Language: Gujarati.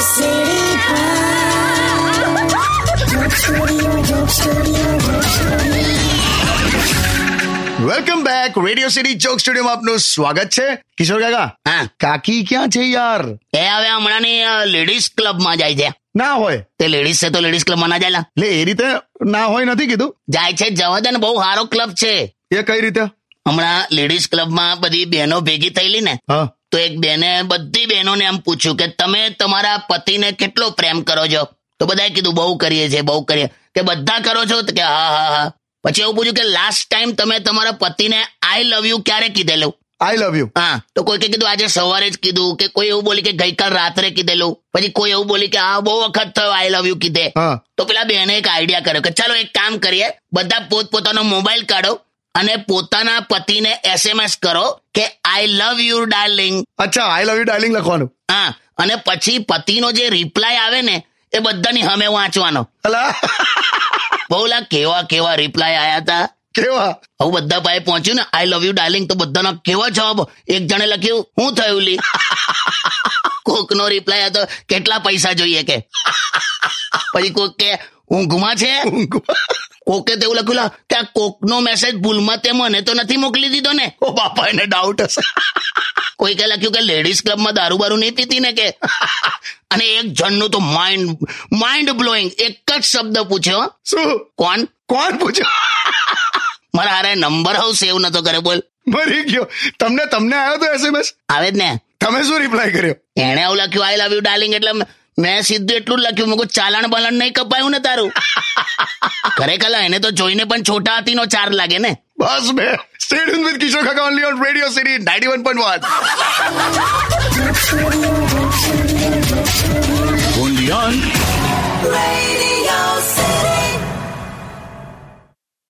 સીડી welcome back radio city joke studio આપનું સ્વાગત છે કિશોર કાકા હા કાકી ક્યાં છે યાર એ હવે હમણાં ની લેડીઝ ક્લબમાં જાય છે ના હોય તે લેડીઝ છે તો લેડીઝ ક્લબમાં ના જાય લા. લે એ રીતે ના હોય નથી કીધું જાય છે જવા દે ને બહુ સારો ક્લબ છે એ કઈ રીતે હમણાં લેડીઝ ક્લબમાં બધી બહેનો ભેગી થયેલી ને હા તો એક બેને બધી બહેનોને એમ પૂછ્યું કે તમે તમારા પતિને કેટલો પ્રેમ કરો છો તો બધાએ કીધું બહુ કરીએ છે બહુ કરીએ કે બધા કરો છો તો કે હા હા હા પછી એવું પૂછ્યું કે લાસ્ટ ટાઈમ તમે તમારા પતિને આઈ લવ યુ ક્યારે કીધેલું આઈ લવ યુ હા તો કોઈ કીધું આજે સવારે જ કીધું કે કોઈ એવું બોલી કે ગઈકાલ રાત્રે કીધેલું પછી કોઈ એવું બોલી કે હા બહુ વખત થયો આઈ લવ યુ કીધે હા તો પેલા બેને એક આઈડિયા કર્યો કે ચાલો એક કામ કરીએ બધા પોત પોતાનો મોબાઈલ કાઢો અને પોતાના પતિને એસએમએસ કરો કે આઈ લવ યુ ડાર્લિંગ અચ્છા આઈ લવ યુ ડાર્લિંગ લખવાનું હા અને પછી પતિનો જે રિપ્લાય આવે ને એ બધાની હમે વાંચવાનો અલા બહુલા કેવા કેવા રિપ્લાય આયા હતા કેવા આવું બધા પાસે પહોંચ્યું ને આઈ લવ યુ ડાર્લિંગ તો બધાના કેવા જવાબ એક જણે લખ્યું હું થયું લી કોકનો રિપ્લાય હતો કેટલા પૈસા જોઈએ કે પછી કોક કે ઊંઘમાં છે કોકે તેવું લખ્યું લા કે આ કોકનો મેસેજ ભૂલમાં તે મને તો નથી મોકલી દીધો ને ઓ બાપા એને ડાઉટ હશે કોઈકે લખ્યું કે લેડીઝ ક્લબમાં દારૂ બારૂ નહીં પીતી ને કે અને એક જણનું તો માઇન્ડ માઇન્ડ બ્લોઈંગ એક જ શબ્દ પૂછ્યો શું કોણ કોણ પૂછ્યો મારા હારે નંબર હું સેવ નતો કર્યો બોલ મરી ગયો તમને તમને આવ્યો તો એસએમએસ આવે જ ને તમે શું રિપ્લાય કર્યો એણે આવું લખ્યું આઈ લવ યુ ડાર્લિંગ એટલે મેં સીધું એટલું જ લખ્યું મેં કહ્યું, ચાલાણ બલાણ નહીં કપાયું ને તારું ખરેખર લા, એને તો જોઈને પણ છોટા હાથીનો ચાર લાગે ને બસ બે સ્ટેડિયમ વિથ કિશોર કાકા only on radio city ninety one point one only on